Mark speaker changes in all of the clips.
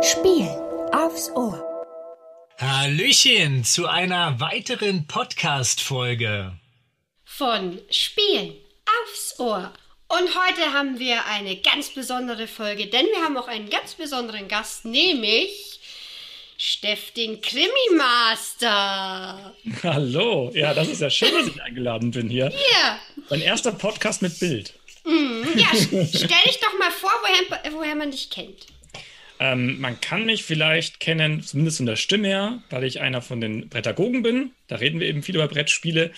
Speaker 1: Spiel aufs Ohr.
Speaker 2: Hallöchen zu einer weiteren Podcast-Folge.
Speaker 3: von Spielen aufs Ohr. Und heute haben wir eine ganz besondere Folge, denn wir haben auch einen ganz besonderen Gast, nämlich Steff, den Krimi-Master.
Speaker 4: Hallo, ja, das ist ja schön, dass ich eingeladen bin hier.
Speaker 3: Ja,
Speaker 4: Mein erster Podcast mit Bild.
Speaker 3: ja stell dich doch mal vor, woher, woher man dich kennt.
Speaker 4: Ähm, man kann mich vielleicht kennen, zumindest von der Stimme her, weil ich einer von den Prädagogen bin. Da reden wir eben viel über Brettspiele.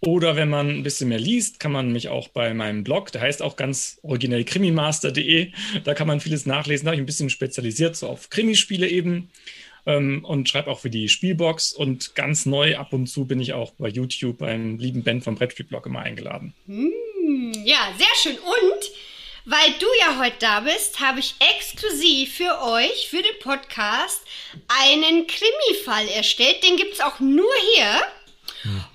Speaker 4: Oder wenn man ein bisschen mehr liest, kann man mich auch bei meinem Blog, der heißt auch ganz originell krimimaster.de, da kann man vieles nachlesen. Da habe ich ein bisschen spezialisiert, so auf Krimispiele eben. Ähm, und schreibe auch für die Spielbox. Und ganz neu ab und zu bin ich auch bei YouTube beim lieben Ben vom Brettspielblog immer eingeladen.
Speaker 3: Ja, sehr schön. Und weil du ja heute da bist, habe ich exklusiv für euch, für den Podcast, einen Krimi-Fall erstellt. Den gibt es auch nur hier.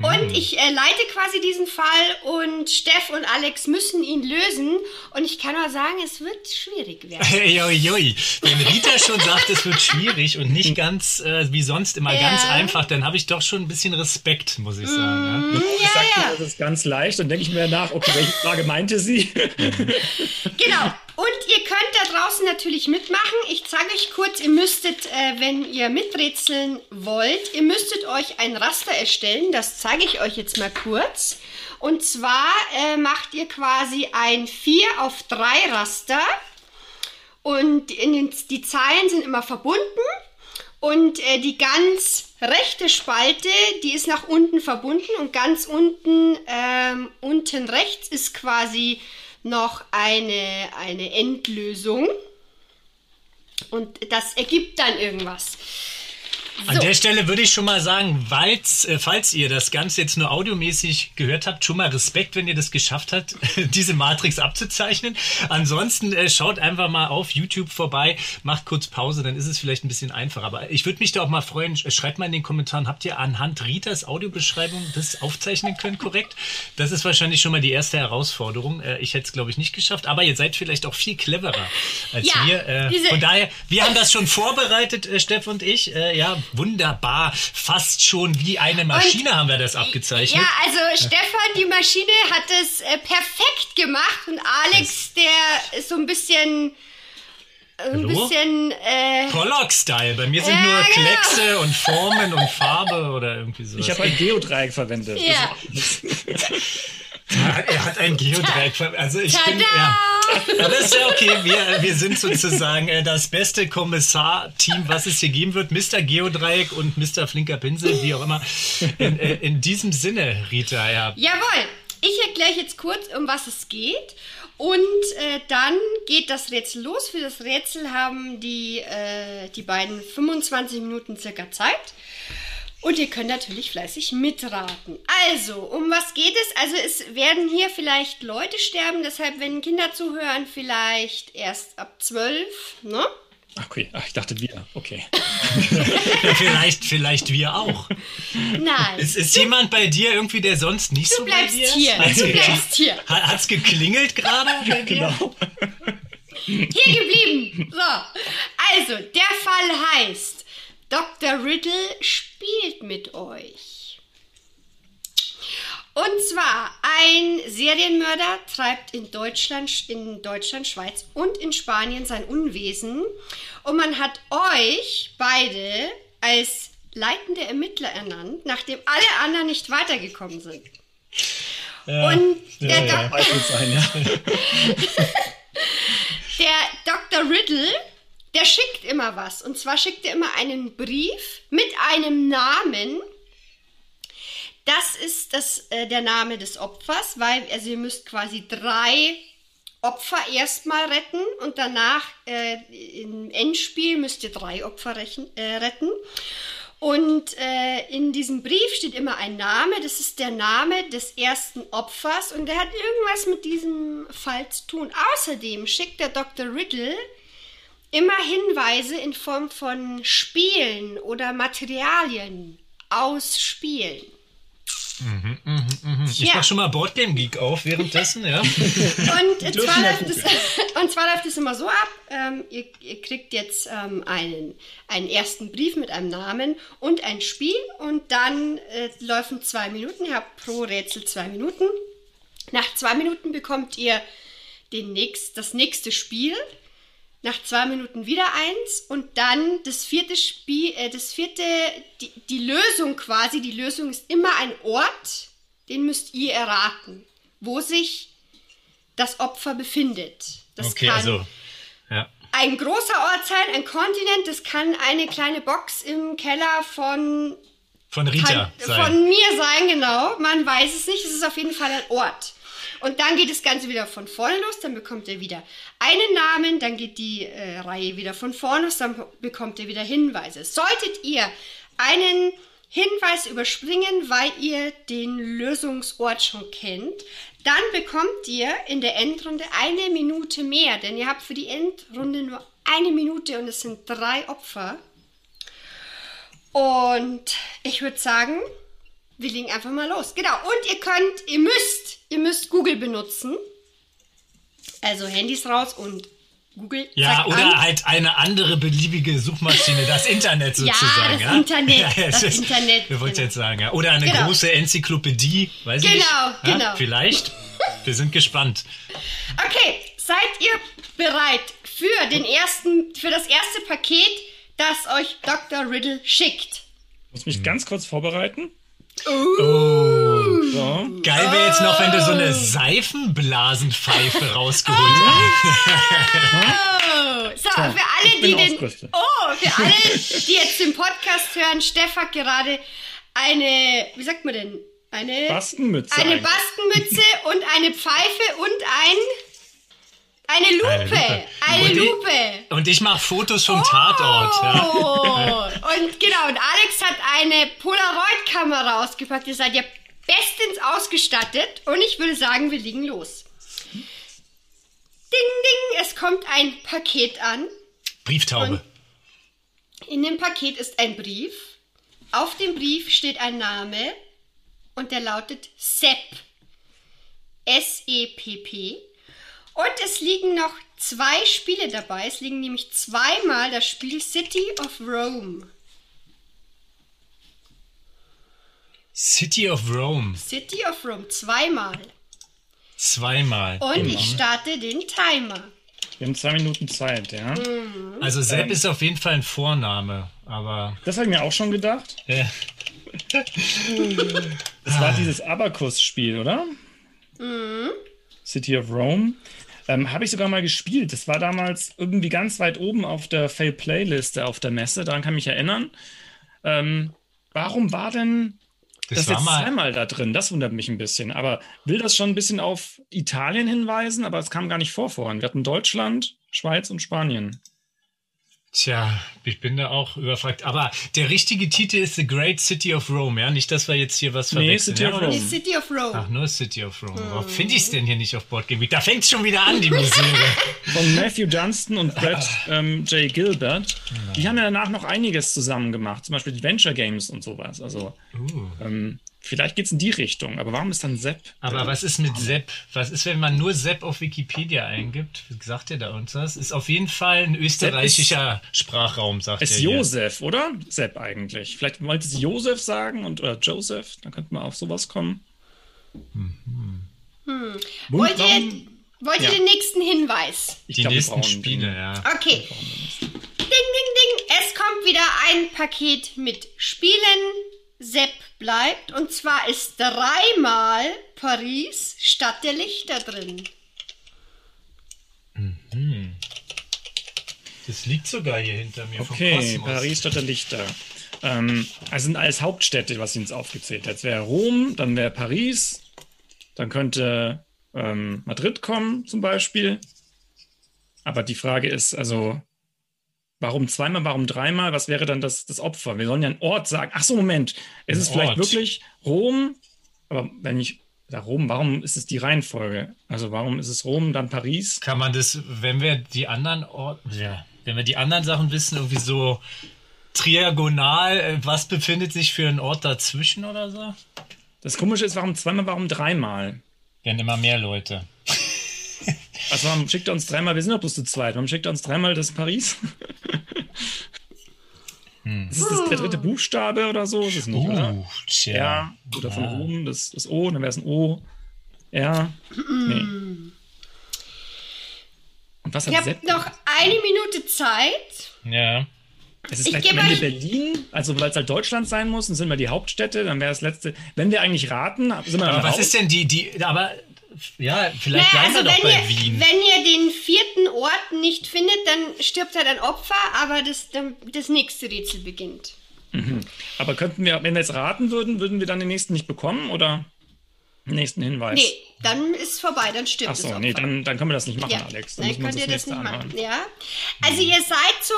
Speaker 3: Und ich äh, leite quasi diesen Fall und Steff und Alex müssen ihn lösen. Und ich kann nur sagen, es wird schwierig werden.
Speaker 2: Uiuiui. Wenn Rita schon sagt, es wird schwierig und nicht ganz äh, wie sonst immer ganz einfach, dann habe ich doch schon ein bisschen Respekt, muss ich sagen. ne? ja.
Speaker 4: Ich sag mir, das ist ganz leicht und denke ich mir nach, okay, welche Frage meinte sie?
Speaker 3: Genau. Und ihr könnt da draußen natürlich mitmachen. Ich zeige euch kurz, ihr müsstet, äh, wenn ihr miträtseln wollt, ihr müsstet euch ein Raster erstellen. Das zeige ich euch jetzt mal kurz. Und zwar äh, macht ihr quasi ein 4 auf 3 Raster. Und in den, die Zeilen sind immer verbunden. Und äh, die ganz rechte Spalte, die ist nach unten verbunden. Und ganz unten, ähm, unten rechts ist quasi noch eine, eine Endlösung. Und das ergibt dann irgendwas.
Speaker 2: An der Stelle würde ich schon mal sagen, weil's, äh, falls ihr das Ganze jetzt nur audiomäßig gehört habt, schon mal Respekt, wenn ihr das geschafft habt, diese Matrix abzuzeichnen. Ansonsten äh, schaut einfach mal auf YouTube vorbei, macht kurz Pause, dann ist es vielleicht ein bisschen einfacher. Aber ich würde mich da auch mal freuen, sch- schreibt mal in den Kommentaren, habt ihr anhand Ritas Audiobeschreibung das aufzeichnen können, korrekt? Das ist wahrscheinlich schon mal die erste Herausforderung. Äh, ich hätte es, glaube ich, nicht geschafft, aber ihr seid vielleicht auch viel cleverer als
Speaker 3: Ja,
Speaker 2: wir. Äh,
Speaker 3: diese-
Speaker 2: von daher, wir haben das schon vorbereitet, äh, Steff und ich. Äh, ja, wunderbar. Fast schon wie eine Maschine haben wir das abgezeichnet.
Speaker 3: Ja, also Stefan, die Maschine, hat es äh, perfekt gemacht und Alex, der ist so ein bisschen. äh, Ein
Speaker 2: Hallo?
Speaker 3: bisschen. Äh,
Speaker 2: Pollock-Style. Bei mir sind
Speaker 3: Ja,
Speaker 2: nur
Speaker 3: genau.
Speaker 2: Kleckse und Formen und Farbe oder irgendwie sowas.
Speaker 4: Ich habe ein Geodreieck verwendet.
Speaker 3: ja.
Speaker 2: er hat ein Geodreieck. ver- Also ich bin,
Speaker 3: Tada!
Speaker 2: ja. Aber ist ja okay. Wir, äh, wir sind sozusagen äh, das beste Kommissar-Team, was es hier geben wird. Mr. Geodreieck und Mr. Flinker Pinsel, wie auch immer. In, äh, in diesem Sinne, Rita, ja.
Speaker 3: Jawohl, ich erkläre euch jetzt kurz, um was es geht. Und äh, dann geht das Rätsel los. Für das Rätsel haben die, äh, die beiden 25 Minuten circa Zeit. Und ihr könnt natürlich fleißig mitraten. Also, um was geht es? Also, es werden hier vielleicht Leute sterben, deshalb, wenn Kinder zuhören, vielleicht erst ab 12, ne?
Speaker 4: Ach, Okay, Ach, ich dachte wir. Okay.
Speaker 2: Vielleicht, vielleicht wir auch.
Speaker 3: Nein.
Speaker 2: Ist, ist jemand bei dir irgendwie, der sonst nicht so
Speaker 3: du
Speaker 2: bei
Speaker 3: bleibst
Speaker 2: dir ist?
Speaker 3: hier.
Speaker 2: Hat's
Speaker 3: Du
Speaker 2: gekli-
Speaker 3: bleibst hier.
Speaker 2: Ha- Hat's geklingelt gerade bei dir?
Speaker 4: Genau.
Speaker 3: hier geblieben. So, also der Fall heißt, Dr. Riddle spielt mit euch. Und zwar, ein Serienmörder treibt in Deutschland, in Deutschland, Schweiz und in Spanien sein Unwesen. Und man hat euch beide als leitende Ermittler ernannt, nachdem alle anderen nicht weitergekommen sind. und der Dok-
Speaker 4: Weiß gut sein, ja.
Speaker 3: Der Dr. Riddle, der schickt immer was. Und zwar schickt er immer einen Brief mit einem Namen. Das ist das, äh, der Name des Opfers, weil also ihr müsst quasi drei Opfer erstmal retten und danach äh, im Endspiel müsst ihr drei Opfer rechen, äh, retten. Und äh, in diesem Brief steht immer ein Name, das ist der Name des ersten Opfers und der hat irgendwas mit diesem Fall zu tun. Außerdem schickt der Dr. Riddle immer Hinweise in Form von Spielen oder Materialien aus Spielen.
Speaker 2: Mhm, mhm, mhm. Ich
Speaker 3: Ja.
Speaker 2: mach schon mal Boardgame Geek auf währenddessen, ja.
Speaker 3: Und
Speaker 4: dürfen
Speaker 3: zwar,
Speaker 4: mal
Speaker 3: läuft es, und zwar läuft es immer so ab, ähm, ihr, ihr kriegt jetzt ähm, einen, einen ersten Brief mit einem Namen und ein Spiel und dann äh, laufen zwei Minuten, ihr habt pro Rätsel zwei Minuten. Nach zwei Minuten bekommt ihr den nächst, das nächste Spiel, nach zwei Minuten wieder eins und dann das vierte Spiel, äh, das vierte, die, die Lösung quasi, die Lösung ist immer ein Ort, den müsst ihr erraten, wo sich das Opfer befindet. Das
Speaker 2: okay,
Speaker 3: kann
Speaker 2: also. Ja.
Speaker 3: ein großer Ort sein, ein Kontinent, das kann eine kleine Box im Keller von,
Speaker 2: Von Rita
Speaker 3: kann,
Speaker 2: sein.
Speaker 3: von mir sein, genau. Man weiß es nicht, es ist auf jeden Fall ein Ort. Und dann geht das Ganze wieder von vorne los, dann bekommt ihr wieder einen Namen, dann geht die äh, Reihe wieder von vorne los, dann bekommt ihr wieder Hinweise. Solltet ihr einen Hinweis überspringen, weil ihr den Lösungsort schon kennt, dann bekommt ihr in der Endrunde eine Minute mehr, denn ihr habt für die Endrunde nur eine Minute und es sind drei Opfer. Und ich würde sagen, wir legen einfach mal los. Genau. Und ihr könnt, ihr müsst, ihr müsst Google benutzen. Also Handys raus und Google.
Speaker 2: ja,
Speaker 3: zeigt
Speaker 2: oder
Speaker 3: an.
Speaker 2: halt eine andere beliebige Suchmaschine, das Internet
Speaker 3: Ja,
Speaker 2: sozusagen.
Speaker 3: das Internet,
Speaker 2: es
Speaker 3: das Internet,
Speaker 2: Wir wollten
Speaker 3: genau.
Speaker 2: jetzt sagen, ja. Oder eine
Speaker 3: Genau.
Speaker 2: große Enzyklopädie, weiß ich nicht.
Speaker 3: Genau,
Speaker 2: ja,
Speaker 3: genau.
Speaker 2: Vielleicht. Wir sind gespannt.
Speaker 3: Okay, seid ihr bereit für den ersten, für das erste Paket, das euch Dr. Riddle schickt?
Speaker 4: Muss mich ganz kurz vorbereiten.
Speaker 2: Uh.
Speaker 4: Oh. So.
Speaker 2: Geil wäre jetzt noch, wenn du so
Speaker 3: Oh.
Speaker 2: eine Seifenblasenpfeife rausgeholt hast.
Speaker 3: Oh, so, für alle,
Speaker 4: ich bin
Speaker 3: die den,
Speaker 4: aufgerüstet.
Speaker 3: oh, für alle, die jetzt den Podcast hören, Steff hat gerade eine, wie sagt man denn, eine
Speaker 4: Bastenmütze.
Speaker 3: Eine
Speaker 4: eigentlich.
Speaker 3: Bastenmütze und eine Pfeife und ein. Eine Lupe. Eine
Speaker 2: Und ich-
Speaker 3: Lupe.
Speaker 2: Und ich mache Fotos vom Tatort. Ja.
Speaker 3: Oh. Und genau, und Alex hat eine Polaroid-Kamera ausgepackt. Ihr seid ja bestens ausgestattet. Und ich würde sagen, wir legen los. Ding, ding, es kommt ein Paket an.
Speaker 2: Brieftaube.
Speaker 3: In dem Paket ist ein Brief. Auf dem Brief steht ein Name und der lautet E Sepp. S-E-P-P. E Und es liegen noch zwei Spiele dabei. Es liegen nämlich zweimal das Spiel City of Rome.
Speaker 2: City of Rome.
Speaker 3: City of Rome, zweimal.
Speaker 2: Zweimal.
Speaker 3: Und ich starte den Timer.
Speaker 4: Wir haben zwei Minuten Zeit, ja.
Speaker 3: Oh,
Speaker 2: Also Sepp ist auf jeden Fall ein Vorname, aber äh,
Speaker 4: Das habe ich mir auch schon gedacht.
Speaker 2: Ja.
Speaker 4: Das war dieses Abacus-Spiel, oder?
Speaker 2: Mhm.
Speaker 4: City of Rome. Ähm, habe ich sogar mal gespielt. Das war damals irgendwie ganz weit oben auf der Fail-Playliste auf der Messe. Daran kann ich mich erinnern. Ähm, warum war denn
Speaker 2: das,
Speaker 4: das
Speaker 2: war
Speaker 4: jetzt
Speaker 2: mal.
Speaker 4: zweimal da drin? Das wundert mich ein bisschen. Aber will das schon ein bisschen auf Italien hinweisen? Aber es kam gar nicht vor vorhin. Wir hatten Deutschland, Schweiz und Spanien.
Speaker 2: Tja, ich bin da auch überfragt. Aber der richtige Titel ist The Great City of Rome, ja? Nicht, dass wir jetzt hier was
Speaker 4: Nee,
Speaker 2: verwechseln.
Speaker 4: City
Speaker 2: ja?
Speaker 4: of
Speaker 2: oder?
Speaker 4: Rome.
Speaker 3: Die City of
Speaker 2: Ach,
Speaker 3: Rome.
Speaker 2: nur City of Rome. Warum finde ich es denn hier nicht auf Boardgame Geek? Da fängt es schon wieder an, die Misere.
Speaker 4: von Matthew Dunstan und Brett
Speaker 2: Ah.
Speaker 4: ähm, J. Gilbert. Die haben ja danach noch einiges zusammen gemacht, zum Beispiel Adventure Games und sowas. Also
Speaker 2: Uh.
Speaker 4: ähm, vielleicht geht es in die Richtung, aber warum ist dann Sepp? äh,
Speaker 2: Aber was ist mit Sepp? Was ist, wenn man nur Sepp auf Wikipedia eingibt? Sagt ihr da uns das? Ist auf jeden Fall ein österreichischer Sprachraum, sagt
Speaker 4: ist
Speaker 2: ihr. hier.
Speaker 4: Josef, oder? Sepp eigentlich. Vielleicht wollte sie Josef sagen und oder Joseph, dann könnte man auf sowas kommen. Hm.
Speaker 3: Wollt ihr, wollt ihr
Speaker 4: Ja.
Speaker 3: den nächsten Hinweis?
Speaker 4: ich
Speaker 2: Die
Speaker 4: glaub, wir
Speaker 2: nächsten
Speaker 4: brauchen den-
Speaker 2: Spiele, ja.
Speaker 3: Okay. Ding, ding, ding. Es kommt wieder ein Paket mit Spielen. Sepp bleibt. Und zwar ist dreimal Paris Stadt der Lichter drin.
Speaker 2: Das liegt sogar hier hinter mir vom
Speaker 4: Okay,
Speaker 2: Kosmos.
Speaker 4: Paris, Stadt der Lichter. Ähm, also sind alles Hauptstädte, was sie uns aufgezählt hat. Es wäre Rom, dann wäre Paris, dann könnte ähm, Madrid kommen zum Beispiel. Aber die Frage ist also, warum zweimal, warum dreimal? Was wäre dann das, das Opfer? Wir sollen ja einen Ort sagen. Ach so, Moment. Es ist vielleicht
Speaker 2: Ort.
Speaker 4: wirklich Rom, aber wenn ich sage Rom, warum ist es die Reihenfolge? Also warum ist es Rom, dann Paris?
Speaker 2: Kann man das, wenn wir die anderen Or ja, wenn wir die anderen Sachen wissen, irgendwie so triagonal, äh, was befindet sich für ein Ort dazwischen oder so?
Speaker 4: Das Komische ist, warum zweimal, warum dreimal?
Speaker 2: Werden immer mehr Leute.
Speaker 4: Also warum schickt er uns dreimal, wir sind doch bloß zu zweit, warum schickt er uns dreimal das Paris?
Speaker 2: Hm.
Speaker 4: Ist es das, der dritte Buchstabe oder so? Ist es nicht, oder?
Speaker 2: Uh, tja.
Speaker 4: Ja, oder von oben, das, das O, dann wäre es ein O. Ja. Nee. Und was
Speaker 3: Ihr
Speaker 4: hat
Speaker 3: habt
Speaker 4: Sepp?
Speaker 3: noch eine Minute Zeit.
Speaker 2: Ja.
Speaker 4: Es
Speaker 3: Ich
Speaker 4: ist vielleicht am
Speaker 3: geb
Speaker 4: Ende
Speaker 3: euch-
Speaker 4: Berlin, also weil es halt Deutschland sein muss, dann sind wir die Hauptstädte, dann wäre das letzte. Wenn wir eigentlich raten, sind wir dann
Speaker 2: Aber was
Speaker 4: raus.
Speaker 2: ist denn die, die, aber ja, vielleicht
Speaker 3: Naja,
Speaker 2: bleiben
Speaker 3: also
Speaker 2: wir doch
Speaker 3: wenn
Speaker 2: bei
Speaker 3: ihr,
Speaker 2: Wien.
Speaker 3: wenn ihr den vierten Ort nicht findet, dann stirbt halt ein Opfer, aber das, dann- das nächste Rätsel beginnt.
Speaker 4: Aber könnten wir, wenn wir jetzt raten würden, würden wir dann den nächsten nicht bekommen oder den nächsten Hinweis?
Speaker 3: Nee, dann ist vorbei, dann stirbt das
Speaker 4: Achso,
Speaker 3: Opfer.
Speaker 4: nee, dann, dann können wir das nicht machen,
Speaker 3: ja.
Speaker 4: Alex. Dann
Speaker 3: Dann
Speaker 4: müssen wir uns
Speaker 3: könnt
Speaker 4: das
Speaker 3: ihr das
Speaker 4: nächste
Speaker 3: nicht machen.
Speaker 4: anhören.
Speaker 3: Ja. Also ihr seid so,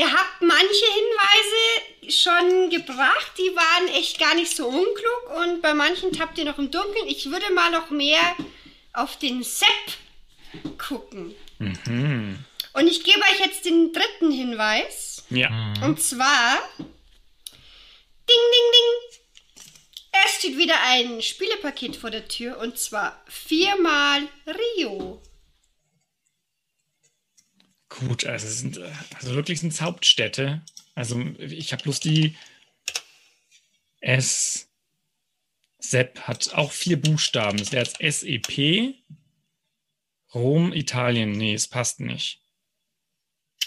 Speaker 3: ihr habt manche Hinweise schon gebracht, die waren echt gar nicht so unklug und bei manchen tappt ihr noch im Dunkeln. Ich würde mal noch mehr auf den Sepp gucken.
Speaker 4: Mhm.
Speaker 3: Und ich gebe euch jetzt den dritten Hinweis.
Speaker 4: Ja.
Speaker 3: Und zwar. Ding, ding, ding. Es steht wieder ein Spielepaket vor der Tür und zwar viermal Rio.
Speaker 4: Gut, also, es sind, äh, also wirklich sind es Hauptstädte. Also ich habe bloß die S. Sepp hat auch vier Buchstaben. Das wäre jetzt SEP. Rom, Italien. Nee, es passt nicht.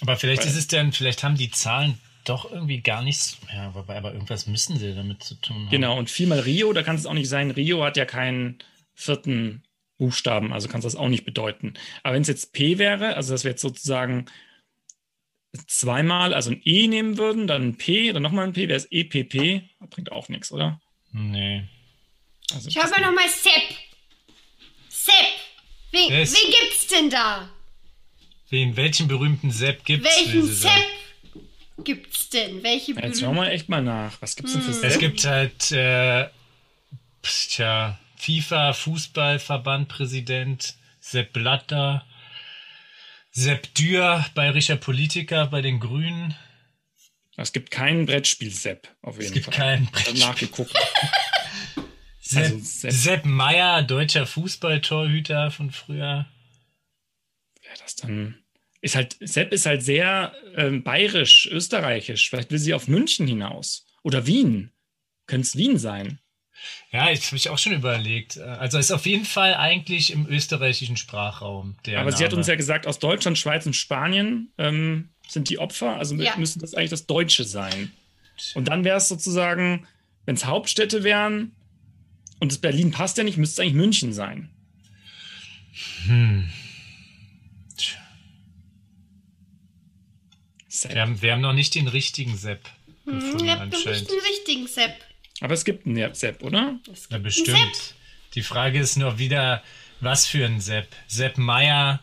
Speaker 2: Aber vielleicht ist es denn, vielleicht haben die Zahlen doch irgendwie gar nichts. Ja, wobei, aber irgendwas müssen sie damit zu tun haben.
Speaker 4: Genau, und viermal Rio, da kann es auch nicht sein. Rio hat ja keinen vierten Buchstaben, also kann es das auch nicht bedeuten. Aber wenn es jetzt P wäre, also das wir jetzt sozusagen zweimal, also ein E nehmen würden, dann ein P, dann nochmal ein P, wäre es EPP. Bringt auch nichts, oder?
Speaker 2: Nee.
Speaker 4: Also,
Speaker 3: Schau mal nochmal Sepp. Sepp. Wen,
Speaker 2: Es-
Speaker 3: wen gibt's denn da?
Speaker 2: Wen, welchen berühmten Sepp gibt's? will
Speaker 3: Welchen
Speaker 2: sie sagen.
Speaker 3: Sepp gibt's denn? Welche
Speaker 4: Jetzt
Speaker 3: berühmten-
Speaker 4: schauen wir echt mal nach. Was gibt's denn für
Speaker 2: Es
Speaker 4: Sepp?
Speaker 2: gibt halt, äh, pf, tja, FIFA, Fußballverband, Präsident, Sepp Blatter, Sepp Dürr, bayerischer Politiker bei den Grünen.
Speaker 4: Es gibt keinen Brettspiel-Sepp, auf jeden
Speaker 2: Es gibt
Speaker 4: Fall.
Speaker 2: keinen
Speaker 4: Ich hab nachgeguckt.
Speaker 2: Sepp,
Speaker 4: Also Sepp-
Speaker 2: Sepp. Meyer, deutscher Fußballtorhüter von früher.
Speaker 4: Wer das dann. Ist halt, Sepp ist halt sehr ähm, bayerisch, österreichisch. Vielleicht will sie auf München hinaus. Oder Wien. Könnte es Wien sein?
Speaker 2: Ja, das habe ich auch schon überlegt. Also ist auf jeden Fall eigentlich im österreichischen Sprachraum der
Speaker 4: Aber sie hat
Speaker 2: Name.
Speaker 4: uns ja gesagt, aus Deutschland, Schweiz und Spanien ähm, sind die Opfer. Also mü-
Speaker 3: Ja.
Speaker 4: müsste das eigentlich das Deutsche sein. Und dann wäre es sozusagen, wenn es Hauptstädte wären und das Berlin passt ja nicht, müsste es eigentlich München sein. Sepp.
Speaker 2: Wir haben, wir haben noch nicht den richtigen Sepp gefunden
Speaker 3: Ihr habt doch nicht
Speaker 2: anscheinend.
Speaker 3: den richtigen Sepp.
Speaker 4: Aber es gibt einen Sepp, oder?
Speaker 2: Na bestimmt. Die Frage ist nur wieder, was für ein Sepp? Sepp Meier.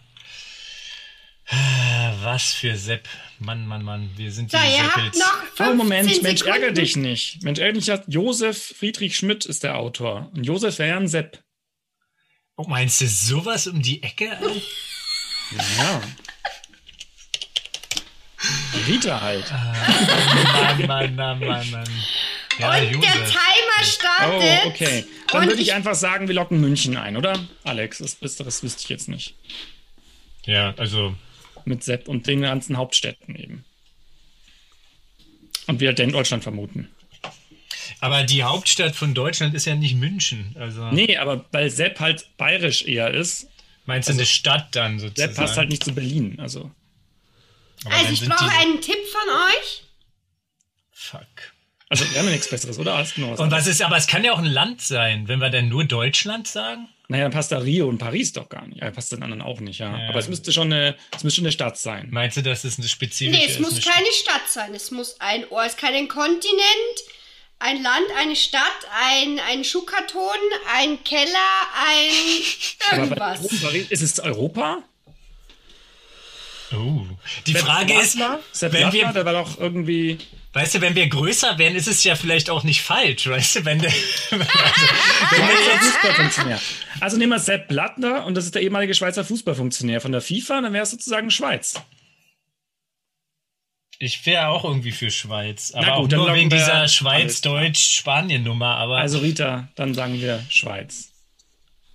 Speaker 2: Was für Sepp. Mann, Mann, Mann. Wir sind die
Speaker 3: So, ihr habt
Speaker 2: Seppels.
Speaker 3: noch 15
Speaker 4: Oh, Moment, Mensch,
Speaker 3: Sekunden.
Speaker 4: ärgere dich nicht. Mensch, ärgere dich nicht. Josef Friedrich Schmidt ist der Autor. Und Josef wäre ja ein Sepp.
Speaker 2: Oh, meinst du sowas um die Ecke? Alter?
Speaker 4: Ja. Rita halt.
Speaker 2: Mann, Mann, Mann, Mann, Mann. Ja,
Speaker 3: Und der
Speaker 2: Ah, Josef.
Speaker 3: Timer startet.
Speaker 4: Oh, okay. Dann
Speaker 3: Und
Speaker 4: würde ich einfach sagen, wir locken München ein, oder? Alex, das Besseres wüsste ich jetzt nicht.
Speaker 2: ja, also
Speaker 4: Mit Sepp und den ganzen Hauptstädten eben. Und wir halt den Deutschland vermuten.
Speaker 2: Aber die Hauptstadt von Deutschland ist ja nicht München. Also
Speaker 4: Nee, aber weil Sepp halt bayerisch eher ist,
Speaker 2: meinst du eine Stadt dann sozusagen?
Speaker 4: Sepp Also passt halt nicht zu Berlin. Also,
Speaker 2: Aber
Speaker 3: Also
Speaker 2: dann
Speaker 3: ich
Speaker 2: sind
Speaker 3: brauche
Speaker 2: die-
Speaker 3: einen Tipp von euch.
Speaker 2: Fuck.
Speaker 4: also wir haben ja nichts Besseres, oder? Hast du noch was
Speaker 2: Und was ist, aber es kann ja auch ein Land sein, wenn wir dann nur Deutschland sagen?
Speaker 4: Naja, dann passt da Rio und Paris doch gar nicht. Ja, passt den anderen auch nicht, ja.
Speaker 2: Ja.
Speaker 4: Aber es müsste schon eine, es müsste schon eine Stadt sein.
Speaker 2: Meinst du, dass es eine spezifische
Speaker 3: Nee, es
Speaker 2: ist,
Speaker 3: muss
Speaker 2: eine
Speaker 3: keine Stadt sein. Es muss ein Ort, kein Kontinent, ein Land, eine Stadt, ein, ein Schuhkarton, ein Keller, ein
Speaker 4: Aber bei Rom,
Speaker 3: irgendwas.
Speaker 4: Paris, ist es Europa?
Speaker 2: Stadt? Oh. Die Frage ist,
Speaker 4: Sepp
Speaker 2: wenn
Speaker 4: Blattner,
Speaker 2: wir,
Speaker 4: der war doch irgendwie.
Speaker 2: weißt du, wenn wir größer werden, ist es ja vielleicht auch nicht falsch, weißt du, wenn der,
Speaker 3: Ah!
Speaker 2: wenn wir
Speaker 4: Schweizer
Speaker 2: jetzt,
Speaker 4: Fußballfunktionär. Also nehmen wir Sepp Blattner und das ist der ehemalige Schweizer Fußballfunktionär von der FIFA, dann wäre es sozusagen Schweiz.
Speaker 2: Ich wäre auch irgendwie für Schweiz.
Speaker 4: Na
Speaker 2: Aber
Speaker 4: gut, dann
Speaker 2: auch nur
Speaker 4: locken
Speaker 2: wegen
Speaker 4: wir
Speaker 2: dieser
Speaker 4: alles
Speaker 2: Schweiz-Deutsch-Spanien-Nummer. Aber
Speaker 4: Also Rita, dann sagen wir Schweiz.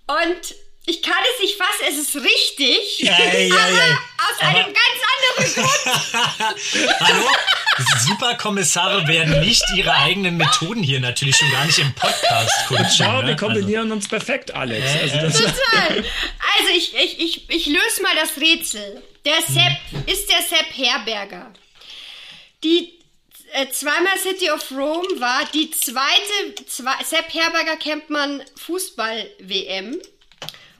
Speaker 3: Und ich kann es nicht fassen, es ist richtig.
Speaker 2: Ei, ei,
Speaker 3: aber
Speaker 2: ei.
Speaker 3: aus einem ganz anderen Grund.
Speaker 2: Hallo? Superkommissare werden nicht ihre eigenen Methoden hier natürlich schon gar nicht im Podcast kundtun.
Speaker 4: Schau,
Speaker 2: ne?
Speaker 4: wir kombinieren uns perfekt, Alex. Also das,
Speaker 3: Total. Also ich, ich, ich, ich löse mal das Rätsel.
Speaker 2: Hm.
Speaker 3: Der Sepp ist der Sepp Herberger. Die äh, zweimal City of Rome war die zweite, zwei, Sepp Herberger kennt man Fußball-WM.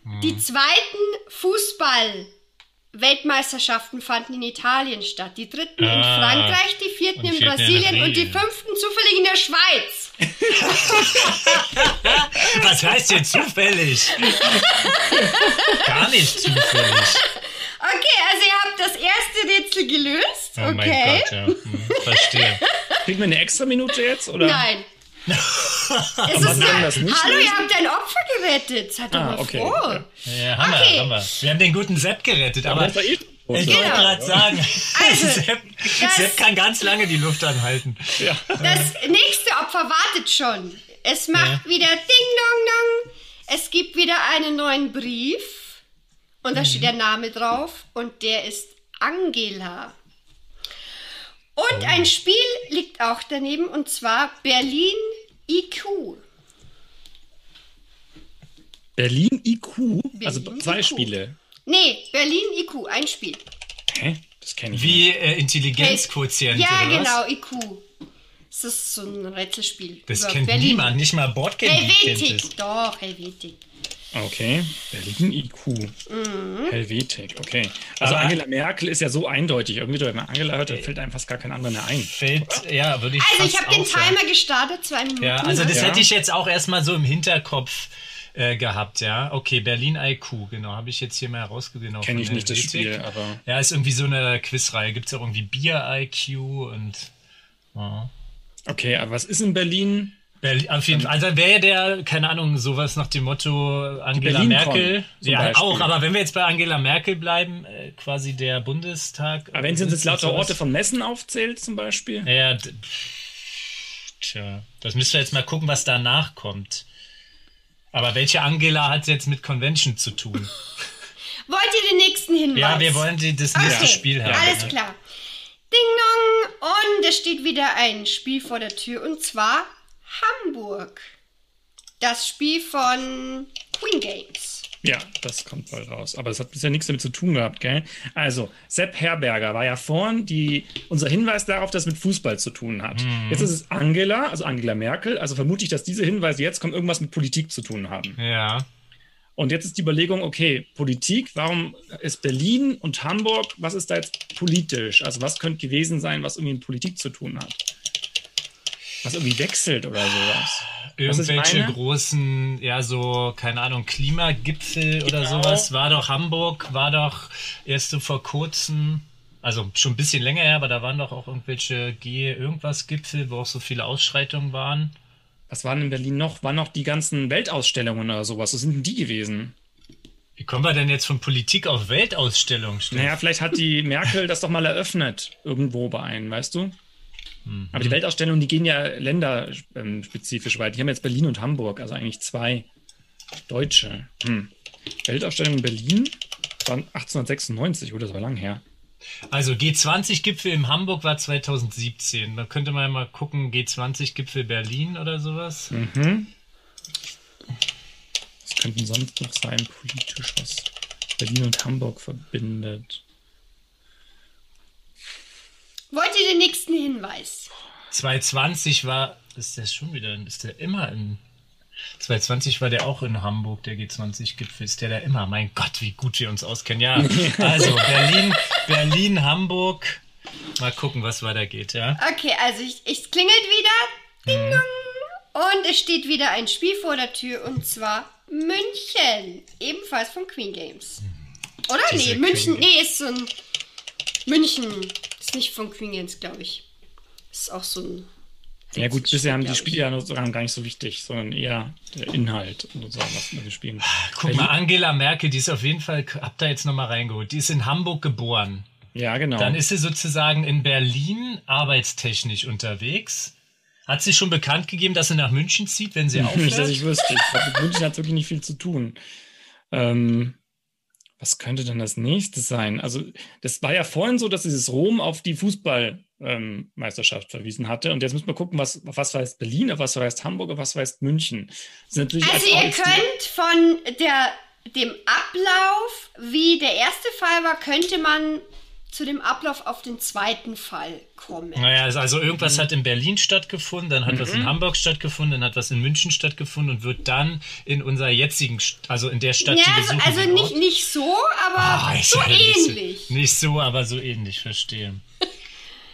Speaker 2: Hm.
Speaker 3: Die zweiten Fußball-Weltmeisterschaften fanden in Italien statt. Die dritten in
Speaker 2: Ah.
Speaker 3: Frankreich, die vierten
Speaker 2: Und
Speaker 3: in
Speaker 2: die vierten in
Speaker 3: Brasilien und die
Speaker 2: Brasilien.
Speaker 3: fünften zufällig in der Schweiz.
Speaker 2: Also, Was heißt denn zufällig? gar nicht zufällig.
Speaker 3: Okay, also ihr habt das erste Rätsel gelöst.
Speaker 2: Oh
Speaker 3: okay.
Speaker 2: mein Gott, ja. Hm, verstehe.
Speaker 4: kriegen wir eine extra Minute jetzt? Oder?
Speaker 3: Nein. es
Speaker 4: Aber
Speaker 3: ist
Speaker 4: wir haben
Speaker 3: ja,
Speaker 4: das nicht
Speaker 3: hallo, ihr
Speaker 4: lösen?
Speaker 3: habt ein Opfer gerettet. Seid doch
Speaker 4: Ah,
Speaker 3: mal
Speaker 4: okay.
Speaker 3: froh.
Speaker 2: Ja, Hammer,
Speaker 3: Okay. Genau.
Speaker 2: Hammer. Wir haben den guten Sepp gerettet, aber
Speaker 4: das war eh-
Speaker 2: ich wollte gerade sagen,
Speaker 3: Also,
Speaker 2: Sepp,
Speaker 3: das-
Speaker 2: Sepp kann ganz lange die Luft anhalten.
Speaker 4: Ja.
Speaker 3: Das nächste Opfer wartet schon. Es macht wieder Ding Dong Dong. Es gibt wieder einen neuen Brief. Und da
Speaker 4: Mhm.
Speaker 3: steht der Name drauf. Und der ist Angela.
Speaker 4: Oh.
Speaker 3: Und ein Spiel liegt auch daneben. Und zwar Berlin IQ.
Speaker 4: Berlin IQ, also
Speaker 3: Berlin
Speaker 4: zwei
Speaker 3: IQ.
Speaker 4: Spiele.
Speaker 3: Nee, Berlin IQ, ein Spiel.
Speaker 4: Hä? Das kenne ich nicht.
Speaker 2: Wie äh, Intelligenzquotient
Speaker 3: Ja,
Speaker 2: oder was?
Speaker 3: genau, IQ. Das ist so ein Rätselspiel.
Speaker 2: Das
Speaker 3: über
Speaker 2: kennt
Speaker 3: Berlin.
Speaker 2: niemand, nicht mal Bordgame kennt es.
Speaker 3: Helvetik, doch, Helvetik.
Speaker 4: Okay, Berlin IQ. Helvetik, okay. Also
Speaker 2: Aber- Äh.
Speaker 4: Angela Merkel ist ja so eindeutig. Irgendwie, wenn man Angela hört, dann fällt einem fast gar kein anderer mehr ein.
Speaker 2: Fällt, ja, würde ich
Speaker 3: Also, ich
Speaker 2: fast
Speaker 3: habe den
Speaker 2: auch sagen.
Speaker 3: Timer gestartet, zwei Minuten.
Speaker 2: Ja, also das
Speaker 4: ne? Ja.
Speaker 2: hätte ich jetzt auch erstmal so im Hinterkopf äh, gehabt, ja. Okay, Berlin IQ, genau, habe ich jetzt hier mal herausgenommen.
Speaker 4: Kenn
Speaker 2: von
Speaker 4: ich nicht das
Speaker 2: Helvetik.
Speaker 4: Spiel, aber-
Speaker 2: Ja, ist irgendwie so eine Quizreihe. Gibt es auch irgendwie Bier IQ und. Ja.
Speaker 4: Okay, aber was ist in Berlin?
Speaker 2: Berlin, auf jeden Fall. Also wäre der, keine Ahnung, sowas nach dem Motto Angela
Speaker 4: Berlin-Con
Speaker 2: Merkel.
Speaker 4: zum
Speaker 2: Ja,
Speaker 4: Beispiel.
Speaker 2: auch, aber wenn wir jetzt bei Angela Merkel bleiben, äh, quasi der Bundestag.
Speaker 4: Aber wenn sie uns jetzt lauter
Speaker 2: sowas.
Speaker 4: Orte von Messen aufzählt, zum Beispiel.
Speaker 2: Äh, Ja, d- pff, tja, das müssen wir jetzt mal gucken, was danach kommt. Aber welche Angela hat jetzt mit Convention zu tun?
Speaker 3: Wollt ihr den nächsten Hinweis?
Speaker 2: Ja, wir wollen die, das nächste
Speaker 3: okay.
Speaker 2: Spiel haben.
Speaker 3: Alles
Speaker 2: ne?
Speaker 3: klar. Ding Dong. Und es steht wieder ein Spiel vor der Tür. Und zwar Hamburg. Das Spiel von Queen Games.
Speaker 4: Ja, das kommt bald raus. Aber das hat bisher nichts damit zu tun gehabt, gell? Also, Sepp Herberger war ja vorn die, unser Hinweis darauf, dass es mit Fußball zu tun hat.
Speaker 2: Mhm.
Speaker 4: Jetzt ist es Angela, also Angela Merkel. Also vermute ich, dass diese Hinweise jetzt kommen, irgendwas mit Politik zu tun haben.
Speaker 2: Ja.
Speaker 4: Und jetzt ist die Überlegung, okay, Politik, warum ist Berlin und Hamburg, was ist da jetzt politisch? Also, was könnte gewesen sein, was irgendwie mit Politik zu tun hat? Was irgendwie wechselt oder sowas. Was ist
Speaker 2: Irgendwelche
Speaker 4: meine?
Speaker 2: großen, ja, so, keine Ahnung, Klimagipfel oder
Speaker 4: Genau.
Speaker 2: sowas. War doch Hamburg, war doch erst so vor kurzem, also schon ein bisschen länger her, aber da waren doch auch irgendwelche G-Irgendwas-Gipfel, wo auch so viele Ausschreitungen waren.
Speaker 4: Was waren in Berlin noch? Waren noch die ganzen Weltausstellungen oder sowas? Wo sind denn die gewesen?
Speaker 2: Wie kommen wir denn jetzt von Politik auf Weltausstellung? Stefan?
Speaker 4: Naja, vielleicht hat die Merkel das doch mal eröffnet, irgendwo bei einem, weißt du? Aber die Weltausstellungen, die gehen ja länderspezifisch weit. Die haben jetzt Berlin und Hamburg, also eigentlich zwei Deutsche. Hm. Weltausstellung in Berlin war 1896, oh, das war lang her.
Speaker 2: Also G20-Gipfel in Hamburg war 2017. Da könnte man ja mal gucken, G20-Gipfel Berlin oder sowas.
Speaker 4: Was könnten sonst noch sein, politisch, was Berlin und Hamburg verbindet?
Speaker 3: Wollt ihr den nächsten Hinweis?
Speaker 2: 2020 war, ist der schon wieder, ist der immer in... 2020 war der auch in Hamburg, der G20-Gipfel. Ist der da immer? Mein Gott, wie gut wir uns auskennen. Ja, also Berlin, Berlin, Hamburg. Mal gucken, was weitergeht, ja.
Speaker 3: Okay, also ich, ich es klingelt wieder. Ding
Speaker 2: Mhm.
Speaker 3: dong. Und es steht wieder ein Spiel vor der Tür und zwar München. Ebenfalls von Queen Games. Oder?
Speaker 2: Diese
Speaker 3: Nee,
Speaker 2: Mhm. Queen
Speaker 3: München.
Speaker 2: Games.
Speaker 3: Nee, ist so ein. München. Ist nicht von Queen Games, glaube ich. Ist auch so ein.
Speaker 4: Ja gut, bisher haben die
Speaker 3: glaub ich.
Speaker 4: Spiele ja noch gar nicht so wichtig, sondern eher der Inhalt und so, was man spielen.
Speaker 2: Guck mal, Angela Merkel, die ist auf jeden Fall, hab da jetzt nochmal reingeholt. Die ist in Hamburg geboren.
Speaker 4: Ja, genau.
Speaker 2: Dann ist sie sozusagen in Berlin arbeitstechnisch unterwegs. Hat sie schon bekannt gegeben, dass sie nach München zieht, wenn sie
Speaker 4: nicht, dass ich
Speaker 2: aufhört?
Speaker 4: wüsste. Ich glaub, mit München hat wirklich nicht viel zu tun. Ähm, was könnte denn das nächste sein? Also, das war ja vorhin so, dass dieses Rom auf die Fußballmeisterschaft verwiesen hatte. Und jetzt müssen wir gucken, was, auf was weiß Berlin, auf was weiß Hamburg, auf was weiß München. Das ist natürlich
Speaker 3: Also
Speaker 4: als
Speaker 3: ihr
Speaker 4: Ortsziel-
Speaker 3: könnt von der, dem Ablauf, wie der erste Fall war, könnte man zu dem Ablauf auf den zweiten Fall kommen.
Speaker 2: Naja, es- also irgendwas
Speaker 4: Mhm.
Speaker 2: hat in Berlin stattgefunden, dann hat was in Hamburg stattgefunden, dann hat was in München stattgefunden und wird dann in unserer jetzigen, St- also in der Stadt,
Speaker 3: Ja,
Speaker 2: die wir
Speaker 3: also,
Speaker 2: suchen.
Speaker 3: also
Speaker 2: gebaut.
Speaker 3: nicht, nicht so, aber
Speaker 2: Ah, ist
Speaker 3: so
Speaker 2: ja nicht
Speaker 3: ähnlich.
Speaker 2: So, nicht so, aber so ähnlich, verstehe.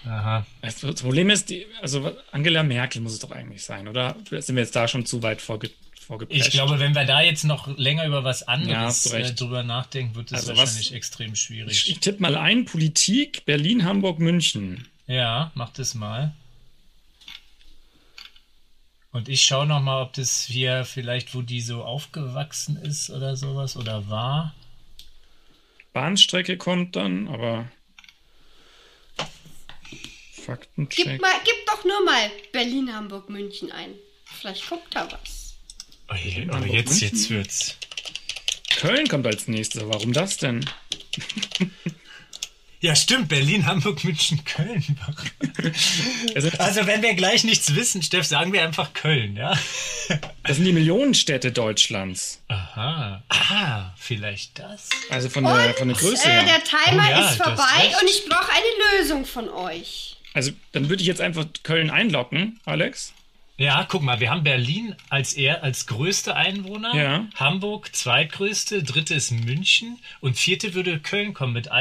Speaker 2: Aha.
Speaker 4: Das das Problem ist, die, also Angela Merkel muss es doch eigentlich sein, oder? Sind wir jetzt da schon zu weit vorge vorgeprescht?
Speaker 2: Ich glaube, wenn wir da jetzt noch länger über was
Speaker 4: Ja,
Speaker 2: anderes
Speaker 4: hast du
Speaker 2: äh,
Speaker 4: recht.
Speaker 2: drüber nachdenken, wird es
Speaker 4: Also was-
Speaker 2: wahrscheinlich extrem
Speaker 4: Ich,
Speaker 2: schwierig.
Speaker 4: ich tippe mal ein: Politik, Berlin, Hamburg, München.
Speaker 2: Ja, mach das mal. Und ich schaue nochmal, ob das hier vielleicht, wo die so aufgewachsen ist oder sowas oder war.
Speaker 4: Bahnstrecke kommt dann, aber.
Speaker 3: Gib,
Speaker 4: Faktencheck.
Speaker 3: mal, gib doch nur mal Berlin, Hamburg, München ein. Vielleicht guckt da was.
Speaker 2: Oh, je- oh,
Speaker 4: Hamburg,
Speaker 2: jetzt,
Speaker 4: München?
Speaker 2: jetzt wird's.
Speaker 4: Köln kommt als nächstes. Warum das denn?
Speaker 2: Ja, stimmt. Berlin, Hamburg, München, Köln.
Speaker 4: Also,
Speaker 2: Also, wenn wir gleich nichts wissen, Steff, sagen wir einfach Köln, ja?
Speaker 4: das sind die Millionenstädte Deutschlands.
Speaker 2: Aha. Ah, vielleicht das?
Speaker 4: Also von der, von der Größe
Speaker 3: Äh,
Speaker 4: her.
Speaker 3: der Timer
Speaker 2: Oh ja,
Speaker 3: ist
Speaker 2: du hast
Speaker 3: vorbei
Speaker 2: recht.
Speaker 3: und ich brauche eine Lösung von euch.
Speaker 4: Also dann würde ich jetzt einfach Köln einloggen, Alex.
Speaker 2: Ja, guck mal, wir haben Berlin als er als größte Einwohner,
Speaker 4: Ja.
Speaker 2: Hamburg zweitgrößte, dritte ist München und vierte würde Köln kommen mit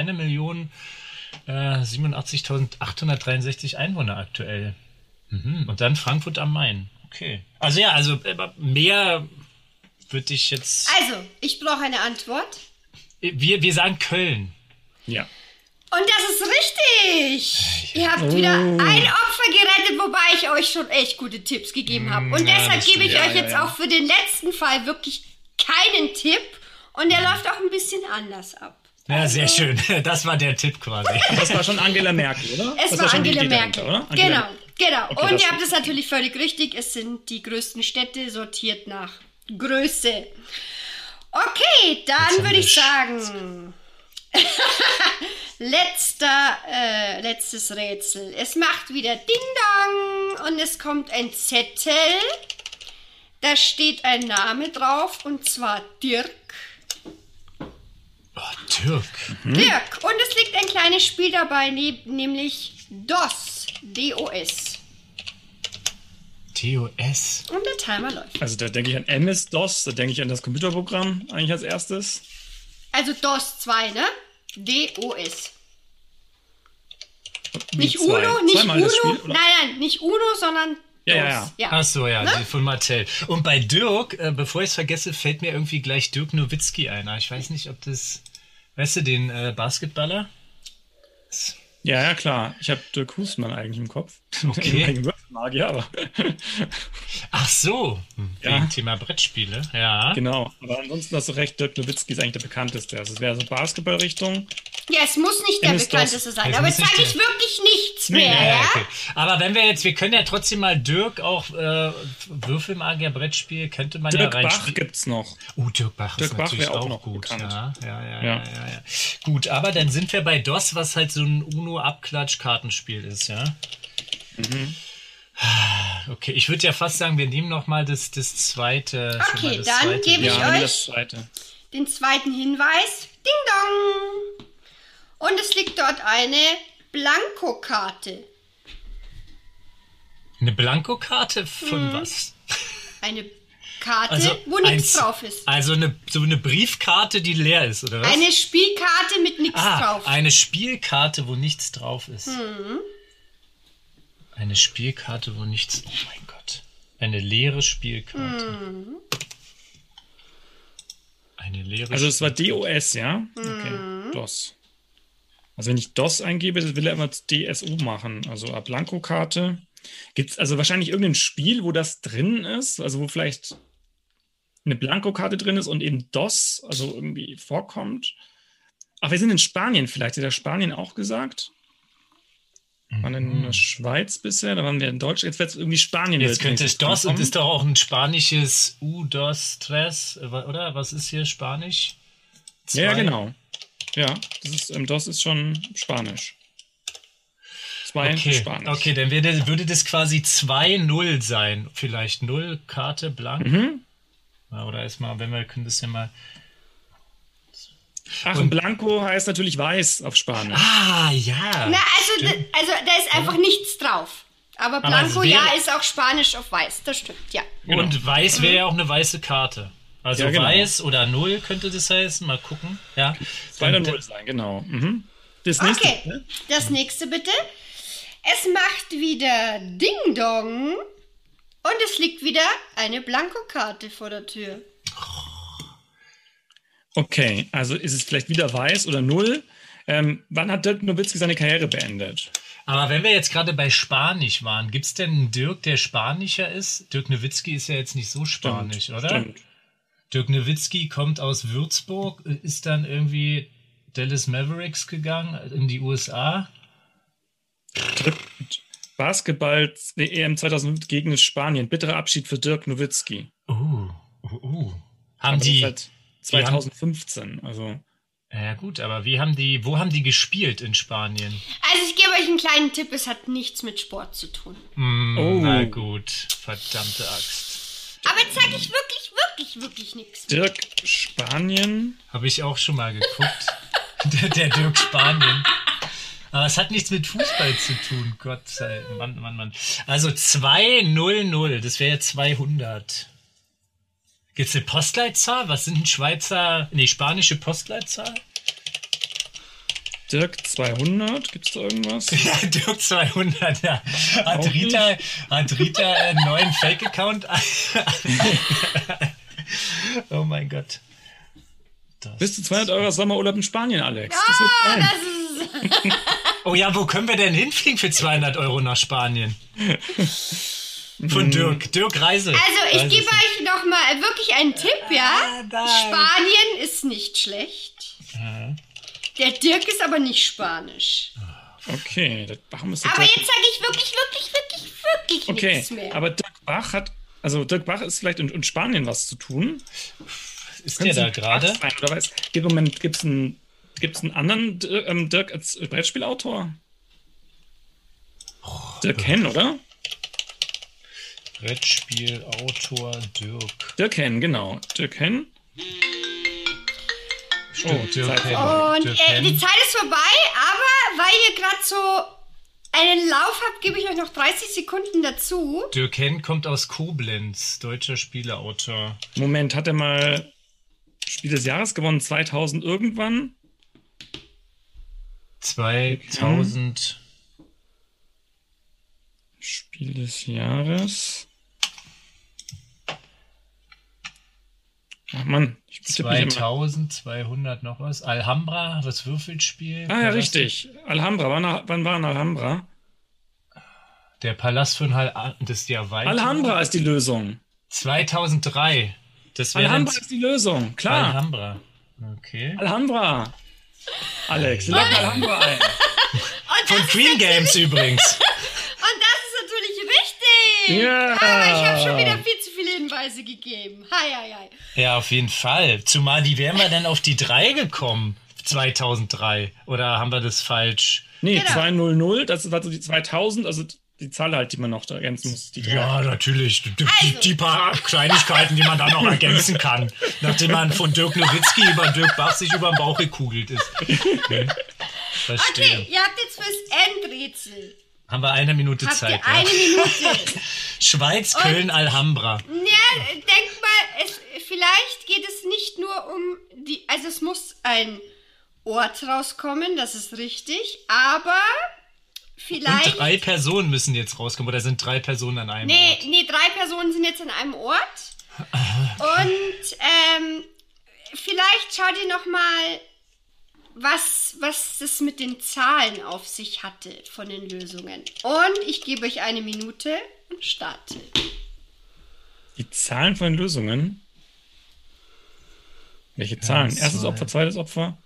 Speaker 2: 1.087.863 Einwohner aktuell. Mhm. Und dann Frankfurt am Main. Okay. Also ja, also äh, mehr würde ich jetzt.
Speaker 3: Also, ich brauche eine Antwort.
Speaker 2: Wir, wir sagen Köln.
Speaker 4: Ja.
Speaker 3: Und das ist richtig. Ihr
Speaker 4: Oh.
Speaker 3: habt wieder ein Opfer gerettet, wobei ich euch schon echt gute Tipps gegeben habe. Und
Speaker 4: Mm, ja,
Speaker 3: deshalb
Speaker 4: das
Speaker 3: gebe ich
Speaker 4: stimmt. Ja,
Speaker 3: euch
Speaker 4: ja,
Speaker 3: jetzt
Speaker 4: ja.
Speaker 3: auch für den letzten Fall wirklich keinen Tipp. Und
Speaker 4: Mhm.
Speaker 3: der läuft auch ein bisschen anders ab.
Speaker 2: Ja, sehr schön. Das war der Tipp quasi.
Speaker 4: Das war schon Angela Merkel, oder?
Speaker 3: Es
Speaker 4: das
Speaker 3: war
Speaker 4: schon die
Speaker 3: Angela
Speaker 4: Idee
Speaker 3: Merkel.
Speaker 4: dahinter, oder? Angela-
Speaker 3: Genau, genau.
Speaker 4: Okay,
Speaker 3: Und
Speaker 4: das
Speaker 3: ihr habt es natürlich völlig richtig. Es sind die größten Städte sortiert nach Größe. Okay, dann würde ich sagen. Letzter, äh, letztes Rätsel. Es macht wieder Ding Dong und es kommt ein Zettel. Da steht ein Name drauf und zwar Dirk.
Speaker 2: Oh, Türk.
Speaker 4: Hm?
Speaker 3: Dirk. Und es liegt ein kleines Spiel dabei, ne nämlich DOS. DOS.
Speaker 2: TOS.
Speaker 3: Und der Timer läuft.
Speaker 4: Also da denke ich an MS-DOS, da denke ich an das Computerprogramm eigentlich als erstes.
Speaker 3: Also DOS 2, ne? DOS.
Speaker 4: Wie
Speaker 3: Nicht
Speaker 4: zwei.
Speaker 3: UNO, nicht
Speaker 4: Zweimal
Speaker 3: UNO.
Speaker 4: das Spiel, oder?
Speaker 3: nein, nein, nicht UNO, sondern DOS.
Speaker 4: Ja, ja, ja.
Speaker 2: Ach so, ja, die von Mattel. Und bei Dirk, äh, bevor ich es vergesse, fällt mir irgendwie gleich Dirk Nowitzki ein. Aber ich weiß nicht, ob das. Weißt du, den äh, Basketballer?
Speaker 4: Ja, ja, klar. Ich habe Dirk Husmann eigentlich im Kopf.
Speaker 2: Okay.
Speaker 4: Wegen Würfelmagier, aber
Speaker 2: Ach so, hm,
Speaker 4: Ja.
Speaker 2: wegen Thema Brettspiele. Ja.
Speaker 4: genau. Aber ansonsten hast du recht, Dirk Nowitzki ist eigentlich der bekannteste. Also es wäre so Basketballrichtung.
Speaker 3: Ja, es muss nicht der
Speaker 4: MS DOS.
Speaker 3: bekannteste sein.
Speaker 2: Es
Speaker 3: Aber
Speaker 2: muss
Speaker 3: jetzt
Speaker 2: nicht
Speaker 3: sage ich
Speaker 2: der-
Speaker 3: wirklich nichts
Speaker 4: Nee,
Speaker 3: mehr.
Speaker 2: Ja, ja,
Speaker 3: ja?
Speaker 2: okay. Aber wenn wir jetzt, wir können ja trotzdem mal Dirk auch äh, Würfelmagier Brettspiel könnte man
Speaker 4: Dirk
Speaker 2: ja
Speaker 4: Bach
Speaker 2: reinspielen.
Speaker 4: gibt's noch.
Speaker 2: Uh, Dirk Bach
Speaker 4: Dirk
Speaker 2: ist
Speaker 4: Bach
Speaker 2: natürlich
Speaker 4: wär auch
Speaker 2: auch,
Speaker 4: noch
Speaker 2: gut.
Speaker 4: bekannt.
Speaker 2: Ja, ja, ja, ja.
Speaker 4: Ja.
Speaker 2: Ja, ja. Gut, aber dann sind wir bei DOS, was halt so ein UNO-Abklatsch-Kartenspiel ist, ja.
Speaker 4: Mhm.
Speaker 2: Okay, ich würde ja fast sagen, wir nehmen nochmal das, das zweite. schon
Speaker 3: Okay,
Speaker 2: mal das
Speaker 3: dann
Speaker 2: zweite.
Speaker 3: gebe ich-
Speaker 4: Ja,
Speaker 3: euch?
Speaker 4: das zweite.
Speaker 3: Den zweiten Hinweis. Ding Dong. Und es liegt dort eine Blankokarte.
Speaker 2: Eine Blankokarte von was? Also
Speaker 3: Eine Karte, Hm.
Speaker 4: Also
Speaker 3: wo nichts
Speaker 2: eins-
Speaker 3: drauf ist.
Speaker 2: Also eine, so eine Briefkarte, die leer ist, oder was?
Speaker 3: Eine Spielkarte mit nichts
Speaker 2: ah,
Speaker 3: drauf. Mhm.
Speaker 2: eine Spielkarte, wo nichts drauf ist. Eine Spielkarte, wo nichts. Oh mein Gott. Eine leere Spielkarte.
Speaker 3: Mhm.
Speaker 2: Eine leere
Speaker 4: Also es war DOS, ja? Okay. DOS. Also wenn ich DOS eingebe, das will er immer DSO machen, also a Blanco-Karte. Gibt es also wahrscheinlich irgendein Spiel, wo das drin ist, also wo vielleicht eine Blanco-Karte drin ist und eben DOS, also irgendwie vorkommt. Ach, wir sind in Spanien vielleicht. Hat er Spanien auch gesagt? Wir waren in der Schweiz bisher, da waren wir in Deutschland. Jetzt wird es irgendwie Spanien.
Speaker 2: Mhm. Jetzt könnte es
Speaker 4: es
Speaker 2: DOS und ist doch auch ein spanisches U, DOS, Tres, äh, wa- oder? Was ist hier Spanisch?
Speaker 4: Ja, ja,
Speaker 2: Zwei.
Speaker 4: genau. Ja, das ist, ähm, DOS ist schon Spanisch. Zwei
Speaker 2: Okay,
Speaker 4: Spanisch.
Speaker 2: okay dann würde, würde das quasi 2-0 sein. Vielleicht 0, Karte blank.
Speaker 4: Mhm.
Speaker 2: Ja, Oder erstmal, wenn wir können das ja mal.
Speaker 4: Ach, und Blanco heißt natürlich weiß auf Spanisch.
Speaker 2: Ah, ja.
Speaker 3: Na, also, da,
Speaker 2: Stimmt.
Speaker 3: also da ist einfach nichts drauf. Aber
Speaker 2: es
Speaker 3: Blanco,
Speaker 2: wäre-
Speaker 3: ja, ist auch Spanisch auf Weiß. Das stimmt, ja.
Speaker 4: genau.
Speaker 2: Und weiß wäre ja auch eine weiße Karte. Also
Speaker 4: Ja, genau.
Speaker 2: weiß oder 0 könnte das heißen. Mal gucken. Ja.
Speaker 4: Zwei oder
Speaker 2: Dann-
Speaker 4: null sein, genau. Mhm. Das nächste.
Speaker 3: Okay,
Speaker 2: ne?
Speaker 3: das nächste bitte. Es macht wieder Ding Dong und es liegt wieder eine Blankokarte vor der Tür.
Speaker 4: Okay, also ist es vielleicht wieder weiß oder null. Ähm, wann hat Dirk Nowitzki seine Karriere beendet?
Speaker 2: Aber wenn wir jetzt gerade bei Spanisch waren, gibt es denn einen Dirk, der Spanischer ist? Dirk Nowitzki ist ja jetzt nicht so spanisch, oder?
Speaker 4: Stimmt.
Speaker 2: Dirk Nowitzki kommt aus Würzburg, ist dann irgendwie Dallas Mavericks gegangen äh, in die USA.
Speaker 4: Basketball EM 2005 E gegen Spanien. Bitterer Abschied für Dirk Nowitzki.
Speaker 2: Uh, uh, uh. Haben
Speaker 4: Oh, Aber das
Speaker 2: die.
Speaker 4: ist halt 2015. Also
Speaker 2: Ja gut, aber wie haben die, wo haben die gespielt in Spanien?
Speaker 3: Also ich gebe euch einen kleinen Tipp, es hat nichts mit Sport zu tun.
Speaker 2: Hm,
Speaker 4: Oh.
Speaker 2: Na gut, verdammte Axt.
Speaker 3: Aber jetzt sage ich wirklich, wirklich, wirklich nichts.
Speaker 4: Dirk Spanien.
Speaker 2: Habe ich auch schon mal geguckt. der, der Dirk Spanien. Aber es hat nichts mit Fußball zu tun, Gott sei Mann, Mann, Mann. Also 200, das wäre ja 200. Gibt's eine Postleitzahl? Was sind denn Schweizer, nee, spanische Postleitzahl?
Speaker 4: Dirk 200. Gibt es da irgendwas?
Speaker 2: Ja, Dirk 200, ja. Hat
Speaker 4: Auch
Speaker 2: Rita, hat Rita einen neuen Fake-Account? oh mein Gott. Das-
Speaker 4: Bis zu 200 Euro Sommerurlaub in Spanien, Alex. Das wird
Speaker 3: Ah,
Speaker 4: sein.
Speaker 3: das ist,
Speaker 2: Oh ja, wo können wir denn hinfliegen für 200 Euro nach Spanien? Von Dirk. Dirk Reise.
Speaker 3: also ich
Speaker 2: Reise
Speaker 3: gebe
Speaker 2: ist-
Speaker 3: euch nochmal wirklich einen Tipp, ja?
Speaker 2: nein.
Speaker 3: Spanien ist nicht schlecht. Der Dirk ist aber nicht Spanisch.
Speaker 4: Mhm. Okay, das- warum ist der
Speaker 3: Aber
Speaker 4: Dirk-
Speaker 3: jetzt sage ich wirklich, wirklich, wirklich, wirklich
Speaker 4: Okay,
Speaker 3: nichts mehr.
Speaker 4: aber Dirk Bach hat, also Dirk Bach ist vielleicht in, in Spanien was zu tun.
Speaker 2: Ist der da gerade?
Speaker 4: Sein, oder weiß, gibt es einen, gibt's einen, gibt's einen anderen Dirk, ähm, Dirk als Brettspielautor?
Speaker 2: Oh.
Speaker 4: Dirk Henn, oder?
Speaker 2: Brettspielautor Dirk.
Speaker 4: Dirk Henn, genau. Dirk Henn. Oh,
Speaker 2: Stimmt, Dirk.
Speaker 4: Zeit
Speaker 2: Henn.
Speaker 3: Und
Speaker 2: Dirk
Speaker 3: äh,
Speaker 2: Henn.
Speaker 3: die Zeit ist vorbei, aber weil ihr gerade so einen Lauf habt, gebe ich euch noch 30 Sekunden dazu.
Speaker 2: Dirk Henn kommt aus Koblenz, deutscher Spieleautor.
Speaker 4: Moment, hat er mal Spiel des Jahres gewonnen? 2000 irgendwann?
Speaker 2: 2000.
Speaker 4: Spiel des Jahres. Ach Mann, ich tippe mich immer.
Speaker 2: 2000, 200 noch was. Alhambra, das Würfelspiel.
Speaker 4: Ah ja,
Speaker 2: Palast-
Speaker 4: richtig. Alhambra. Wann, wann war in Alhambra?
Speaker 2: Der Palast von Hal ah, das Jahr weiter.
Speaker 4: Alhambra ist die Lösung.
Speaker 2: 2003. Das wäre
Speaker 4: Alhambra ah. ist die Lösung. Klar.
Speaker 2: Alhambra. Okay.
Speaker 4: Alhambra. Alex, wir locken Alhambra ein.
Speaker 3: Und das,
Speaker 2: Von
Speaker 3: und das
Speaker 2: Queen Games übrigens.
Speaker 3: ist natürlich richtig.
Speaker 4: Ja.
Speaker 3: Aber ich habe schon wieder viel zu viele Hinweise gegeben. Hei, hei, hei.
Speaker 2: Ja, auf jeden Fall. Zumal, die wären wir dann auf die 3 gekommen? 2003. Oder haben wir das falsch?
Speaker 4: Nee,
Speaker 3: Genau.
Speaker 4: 200, das war so die 2000, also die Zahl halt, die man noch da ergänzen muss. Die
Speaker 2: Ja, natürlich. Die,
Speaker 3: Also.
Speaker 2: die paar Kleinigkeiten, die man da noch ergänzen kann. Nachdem man von Dirk Nowitzki über Dirk Bach sich über den Bauch gekugelt ist. Ne? Verstehe.
Speaker 3: Okay, ihr habt jetzt fürs Endrätsel.
Speaker 2: Haben wir eine Minute
Speaker 3: Habt
Speaker 2: Zeit.
Speaker 3: ihr eine
Speaker 2: ja.
Speaker 3: Minute.
Speaker 2: Schweiz, Köln, Alhambra.
Speaker 3: ja, denkt mal, es, vielleicht geht es nicht nur um die. Also, es muss ein Ort rauskommen, das ist richtig. Aber vielleicht.
Speaker 2: Und drei Personen müssen jetzt rauskommen. Oder sind drei Personen an einem
Speaker 3: Nee,
Speaker 2: Ort?
Speaker 3: nee, drei Personen sind jetzt an einem Ort. Und ähm, vielleicht schau dir noch mal, was, was es mit den Zahlen auf sich hatte von den Lösungen. Und ich gebe euch eine Minute und starte.
Speaker 4: Die Zahlen von den Lösungen. Welche Zahlen?
Speaker 2: zwei.
Speaker 4: Erstes Opfer, zweites Opfer.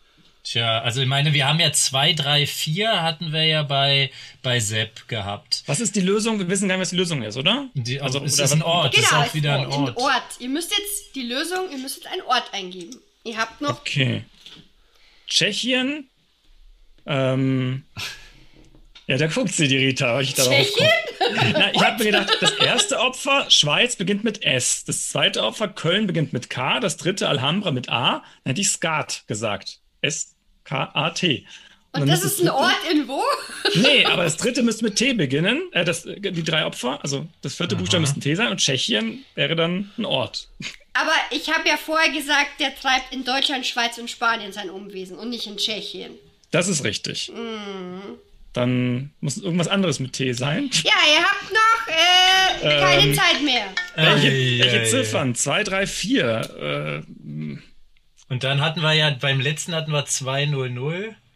Speaker 2: Tja, also ich meine, wir haben ja 2, 3, 4 hatten wir ja bei, bei Sepp gehabt.
Speaker 4: Was ist die Lösung? Wir wissen gar nicht, was die Lösung ist, oder?
Speaker 2: Die, also,
Speaker 4: Also,
Speaker 2: es
Speaker 4: oder
Speaker 2: ist ein
Speaker 4: was-
Speaker 2: Ort, es ist
Speaker 3: Genau,
Speaker 2: auch wieder ein
Speaker 3: ein Ort.
Speaker 2: Ort.
Speaker 3: Ihr müsst jetzt die Lösung, ihr müsst jetzt einen Ort eingeben. Ihr habt noch
Speaker 4: oh, Okay. Tschechien. Ähm. Ja, da guckt sie, die Rita. weil Ich darauf
Speaker 3: Tschechien?
Speaker 4: guck. Na, ich habe mir gedacht, das erste Opfer, Schweiz, beginnt mit S. Das zweite Opfer, Köln, beginnt mit K. Das dritte, Alhambra, mit A. Dann hätte ich Skat gesagt. S-K-A-T.
Speaker 3: Und
Speaker 4: dann
Speaker 3: das
Speaker 4: müsste
Speaker 3: ist ein Ort in wo?
Speaker 4: Nee, aber das dritte müsste mit T beginnen. Äh, das, die drei Opfer, also das vierte Buchstabe müsste ein T sein und Tschechien wäre dann ein Ort.
Speaker 3: Aber ich habe ja vorher gesagt, der treibt in Deutschland, Schweiz und Spanien sein Umwesen und nicht in Tschechien.
Speaker 4: Das ist richtig. Dann muss irgendwas anderes mit T sein.
Speaker 3: Ja, ihr habt noch äh, keine
Speaker 4: Ähm.
Speaker 3: Zeit mehr.
Speaker 4: Welche,
Speaker 2: Ei,
Speaker 4: welche
Speaker 2: ei, ei.
Speaker 4: Ziffern? Zwei, drei, vier.
Speaker 2: Und dann hatten wir ja, beim letzten hatten wir 200.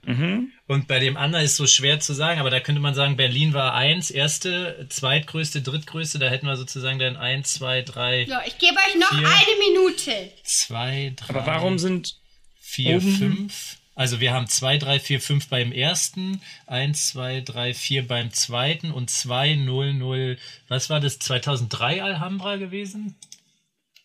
Speaker 4: Äh, mhm.
Speaker 2: Und bei dem anderen ist so schwer zu sagen, aber da könnte man sagen, Berlin war eins, erste, zweitgrößte, drittgrößte, da hätten wir sozusagen dann eins, zwei, drei,
Speaker 3: So, ich gebe euch noch
Speaker 2: Vier.
Speaker 3: eine Minute.
Speaker 2: zwei, drei,
Speaker 4: Aber warum sind.
Speaker 2: vier,
Speaker 4: oben?
Speaker 2: fünf. Also wir haben zwei, drei, vier, fünf beim ersten, eins, zwei, drei, vier beim zweiten und zwei, null, null. Was war das? 2003 Alhambra gewesen?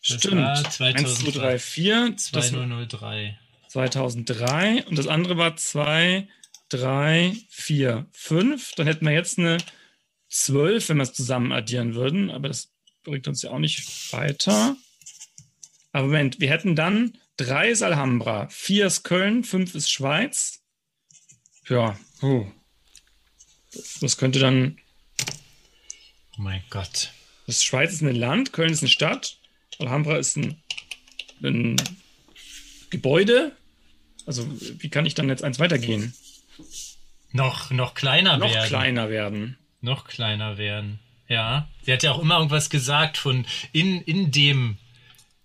Speaker 2: Das
Speaker 4: Stimmt.
Speaker 2: war
Speaker 4: 1, 2, 3, 4.
Speaker 2: 2003.
Speaker 4: 2003. Und das andere war 2, 3, 4, 5. Dann hätten wir jetzt eine 12, wenn wir es zusammen addieren würden. Aber das bringt uns ja auch nicht weiter. Aber Moment, wir hätten dann 3 ist Alhambra, 4 ist Köln, 5 ist Schweiz. Ja, puh. Das- das könnte dann
Speaker 2: Oh mein Gott.
Speaker 4: Das Schweiz ist ein Land, Köln ist eine Stadt, Alhambra ist ein, ein Gebäude. Also, wie kann ich dann jetzt eins weitergehen?
Speaker 2: Noch, noch kleiner
Speaker 4: Noch
Speaker 2: werden.
Speaker 4: kleiner werden.
Speaker 2: noch kleiner werden. Ja. Sie hat ja auch immer irgendwas gesagt von in, in dem,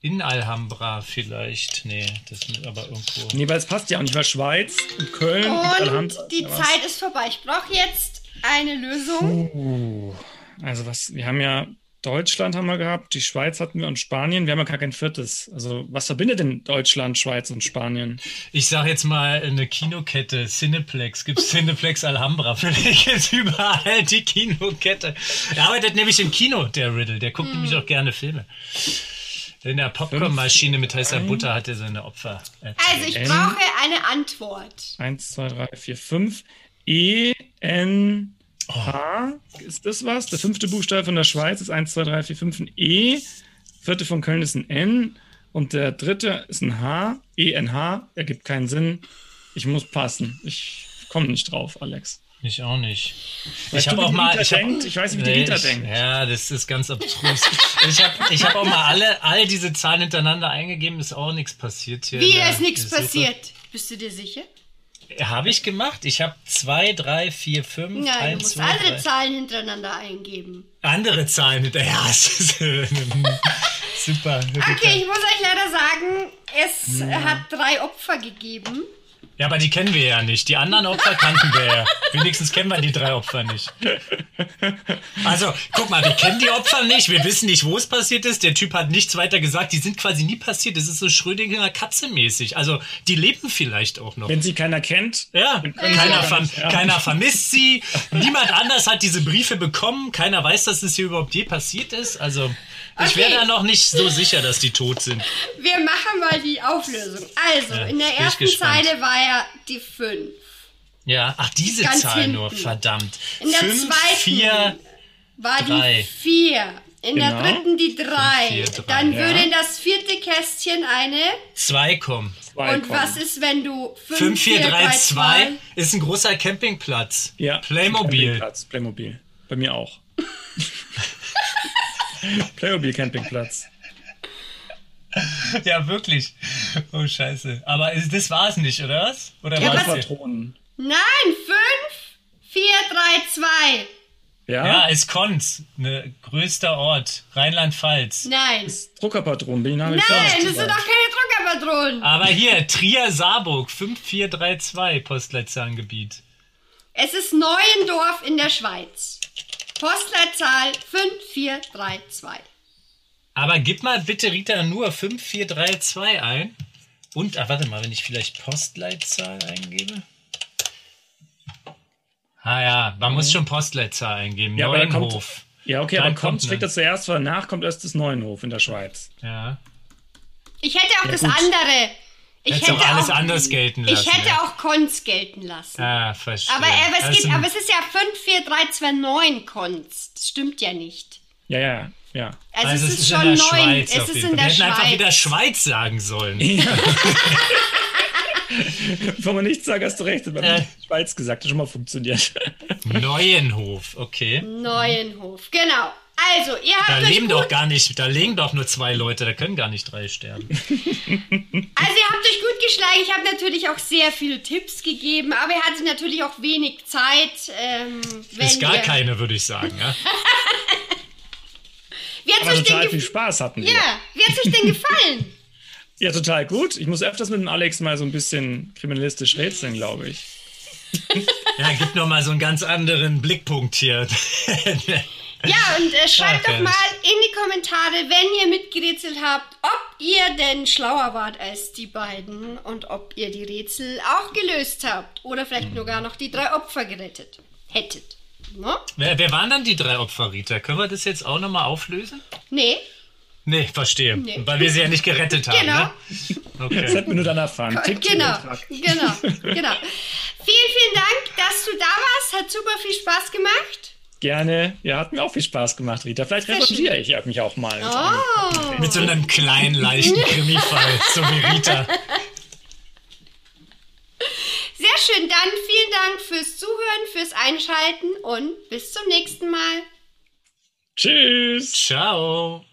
Speaker 2: in Alhambra vielleicht. Nee, das muss aber irgendwo.
Speaker 4: Nee, weil es passt ja auch nicht, weil Schweiz und Köln und, Alhambra.
Speaker 3: Und die
Speaker 4: ja, was?
Speaker 3: Zeit ist vorbei. Ich brauche jetzt eine Lösung.
Speaker 4: Uh, also, was, wir haben ja Deutschland haben wir gehabt, die Schweiz hatten wir und Spanien. Wir haben ja gar kein viertes. Also, was verbindet denn Deutschland, Schweiz und Spanien?
Speaker 2: Ich sag jetzt mal eine Kinokette, Cineplex. Gibt's Cineplex Alhambra? Vielleicht gibt's überall die Kinokette. Er arbeitet nämlich im Kino, der Riddle. Der guckt nämlich auch gerne Filme. In der Popcornmaschine mit heißer Butter hat er seine Opfer.
Speaker 3: Also ich
Speaker 4: Ähm.
Speaker 3: brauche eine Antwort.
Speaker 4: Eins, zwei, drei, vier, fünf. E, N, H. Ist das was? Der fünfte Buchstabe von der Schweiz ist eins, zwei, drei, vier, fünf. ein E. Vierte von Köln ist ein N. Und der dritte ist ein H. E, N, H. Ergibt keinen Sinn. Ich muss passen. Ich komme nicht drauf, Alex.
Speaker 2: Ich auch nicht.
Speaker 4: Weißt
Speaker 2: ich habe
Speaker 4: du, wie
Speaker 2: auch
Speaker 4: die
Speaker 2: mal.
Speaker 4: Rita
Speaker 2: Ich, hab,
Speaker 4: denkt? Ich weiß nicht, wie die Rita
Speaker 2: ich,
Speaker 4: denkt.
Speaker 2: Ja, das ist ganz abstrus. ich habe ich hab auch mal alle, all diese Zahlen hintereinander eingegeben, ist auch nichts passiert hier. in
Speaker 3: Wie
Speaker 2: der-
Speaker 3: ist nichts
Speaker 2: in der Suche.
Speaker 3: passiert? Bist du dir sicher?
Speaker 2: Habe ich gemacht. Ich habe zwei, drei, vier, fünf,
Speaker 3: Nein, du
Speaker 2: eins,
Speaker 3: musst
Speaker 2: zwei,
Speaker 3: andere
Speaker 2: drei.
Speaker 3: Zahlen hintereinander eingeben.
Speaker 2: andere Zahlen hinterher. Ja, es ist, äh, super.
Speaker 3: Okay, ich muss euch leider sagen, es äh, hat drei Opfer gegeben.
Speaker 2: Ja, aber die kennen wir ja nicht. Die anderen Opfer kannten wir ja. Wenigstens kennen wir die drei Opfer nicht. Also, guck mal, wir kennen die Opfer nicht. Wir wissen nicht, wo es passiert ist. Der Typ hat nichts weiter gesagt. Die sind quasi nie passiert. Das ist so Schrödinger Katze mäßig. Also, die leben vielleicht auch noch.
Speaker 4: Wenn sie keiner kennt, äh,
Speaker 2: Ja, keiner,
Speaker 4: sie gar
Speaker 2: verm
Speaker 4: nicht, ja.
Speaker 2: keiner vermisst sie. Niemand anders hat diese Briefe bekommen. Keiner weiß, dass es hier überhaupt je passiert ist. Also, ich
Speaker 3: Okay.
Speaker 2: wäre da noch nicht so sicher, dass die tot sind.
Speaker 3: Wir machen mal die Auflösung. Also,
Speaker 2: Ja,
Speaker 3: in der
Speaker 2: bin ich
Speaker 3: ersten
Speaker 2: gespannt.
Speaker 3: Zeile war ja die 5.
Speaker 2: Ja, ach, diese
Speaker 3: Ganz
Speaker 2: Zahl nur,
Speaker 3: hinten.
Speaker 2: verdammt.
Speaker 3: In der
Speaker 2: Fünf,
Speaker 3: zweiten
Speaker 2: vier,
Speaker 3: War die
Speaker 2: Drei.
Speaker 3: 4. In der
Speaker 4: Genau.
Speaker 3: dritten die 3.
Speaker 2: Fünf, vier, drei,
Speaker 3: Dann
Speaker 2: ja.
Speaker 3: würde in das vierte Kästchen eine.
Speaker 2: zwei kommen.
Speaker 4: zwei
Speaker 3: Und
Speaker 4: kommen.
Speaker 3: was ist, wenn du 5, 4, 3, 2?
Speaker 2: 5432 ist ein großer Campingplatz.
Speaker 4: Ja.
Speaker 2: Playmobil.
Speaker 4: Campingplatz, Playmobil. Bei mir auch. Playmobil Campingplatz.
Speaker 2: Ja, wirklich. Oh, scheiße. Aber ist- das war es nicht, oder was? Oder
Speaker 3: Ja,
Speaker 2: war's
Speaker 3: was-
Speaker 2: hier?
Speaker 4: Patronen.
Speaker 3: Nein, 5, 4, 3, 2.
Speaker 2: Ja, ist Konz. Ne, größter Ort. Rheinland-Pälz.
Speaker 3: Nein.
Speaker 4: Druckerpatronen, bin ich nach wie vor
Speaker 3: Nein,
Speaker 4: nicht
Speaker 3: das sind
Speaker 4: dabei.
Speaker 3: doch keine Druckerpatronen.
Speaker 2: Aber hier, Trier-Saarburg, 5432, Postleitzahlengebiet.
Speaker 3: Es ist Neuendorf in der Schweiz. Postleitzahl 5432.
Speaker 2: Aber gib mal bitte Rita nur 5432 ein. Und, ah, warte mal, wenn ich vielleicht Postleitzahl eingebe. Ah ja, man
Speaker 3: Mhm.
Speaker 2: muss schon Postleitzahl eingeben.
Speaker 4: Ja, aber dann kommt-
Speaker 2: Neuenhof.
Speaker 4: Ja, okay,
Speaker 2: Dann
Speaker 4: aber kommt,
Speaker 2: kommt
Speaker 4: schlägt
Speaker 2: ne.
Speaker 4: das zuerst, weil nach kommt erst das Neuenhof in der Schweiz.
Speaker 2: ja.
Speaker 3: Ich hätte auch das
Speaker 4: gut.
Speaker 3: andere. Ich
Speaker 2: Hättest
Speaker 3: hätte
Speaker 2: auch alles
Speaker 3: auch,
Speaker 2: anders gelten lassen.
Speaker 3: ich hätte
Speaker 2: ja.
Speaker 3: auch Konz gelten lassen.
Speaker 2: Ah, verstehe.
Speaker 3: aber, äh, was
Speaker 2: Also,
Speaker 3: geht, aber es ist ja 5, 4, 3, 2, 9 Konz. Das stimmt ja nicht.
Speaker 4: Ja, ja, ja.
Speaker 3: Also,
Speaker 2: also
Speaker 3: es ist, schon 9.
Speaker 2: Schweiz auf
Speaker 3: es ist
Speaker 2: jeden
Speaker 3: in
Speaker 2: Fall.
Speaker 3: der
Speaker 2: Wir hätten einfach wieder
Speaker 3: Schweiz.
Speaker 2: Schweiz sagen sollen.
Speaker 4: Wenn man nichts sagt, hast du recht. Aber
Speaker 2: Äh.
Speaker 4: Schweiz gesagt, hat schon mal funktioniert.
Speaker 2: Neuenhof, okay.
Speaker 3: Neuenhof, genau. Also, ihr
Speaker 2: Da
Speaker 3: habt euch
Speaker 2: leben
Speaker 3: gut
Speaker 2: doch gar nicht, da leben doch nur zwei Leute, da können gar nicht drei sterben.
Speaker 3: Also ihr habt euch gut geschlagen. Ich habe natürlich auch sehr viele Tipps gegeben, aber ihr hattet natürlich auch wenig Zeit. Ähm, wenn
Speaker 2: Ist gar
Speaker 3: ihr
Speaker 2: keine, würde ich sagen. Ja?
Speaker 3: Wie hat's
Speaker 4: Aber
Speaker 3: euch
Speaker 4: total
Speaker 3: denn
Speaker 4: viel
Speaker 3: ge-
Speaker 4: Spaß hatten wir.
Speaker 3: ja, wie hat's euch denn gefallen?
Speaker 4: Ja, total gut. Ich muss öfters mit dem Alex mal so ein bisschen kriminalistisch rätseln, glaube ich.
Speaker 2: ja, gibt nochmal so einen ganz anderen Blickpunkt hier.
Speaker 3: Ja, und äh,
Speaker 2: Ach,
Speaker 3: schreibt doch
Speaker 2: herrlich.
Speaker 3: mal in die Kommentare, wenn ihr mitgerätselt habt, ob ihr denn schlauer wart als die beiden und ob ihr die Rätsel auch gelöst habt oder vielleicht sogar noch die drei Opfer gerettet hättet. No?
Speaker 2: wer, wer waren dann die drei Opfer, Rita? Können wir das jetzt auch nochmal auflösen?
Speaker 3: Nee,
Speaker 2: Nee, verstehe.
Speaker 3: Nee.
Speaker 2: Weil wir sie ja nicht gerettet haben.
Speaker 3: genau.
Speaker 2: Ne?
Speaker 4: Das
Speaker 2: Okay.
Speaker 4: hätten wir nur dann erfahren. Tick, tick,
Speaker 3: Genau,
Speaker 4: tack.
Speaker 3: genau, genau. Vielen, vielen Dank, dass du da warst. Hat super viel Spaß gemacht.
Speaker 4: Gerne. Ja, hat mir auch viel Spaß gemacht, Rita. Vielleicht revanchiere ich mich auch mal.
Speaker 3: Oh.
Speaker 2: Mit so einem kleinen, leichten Krimifall, so wie Rita.
Speaker 3: Sehr schön, dann vielen Dank fürs Zuhören, fürs Einschalten und bis zum nächsten Mal.
Speaker 4: Tschüss.
Speaker 2: Ciao.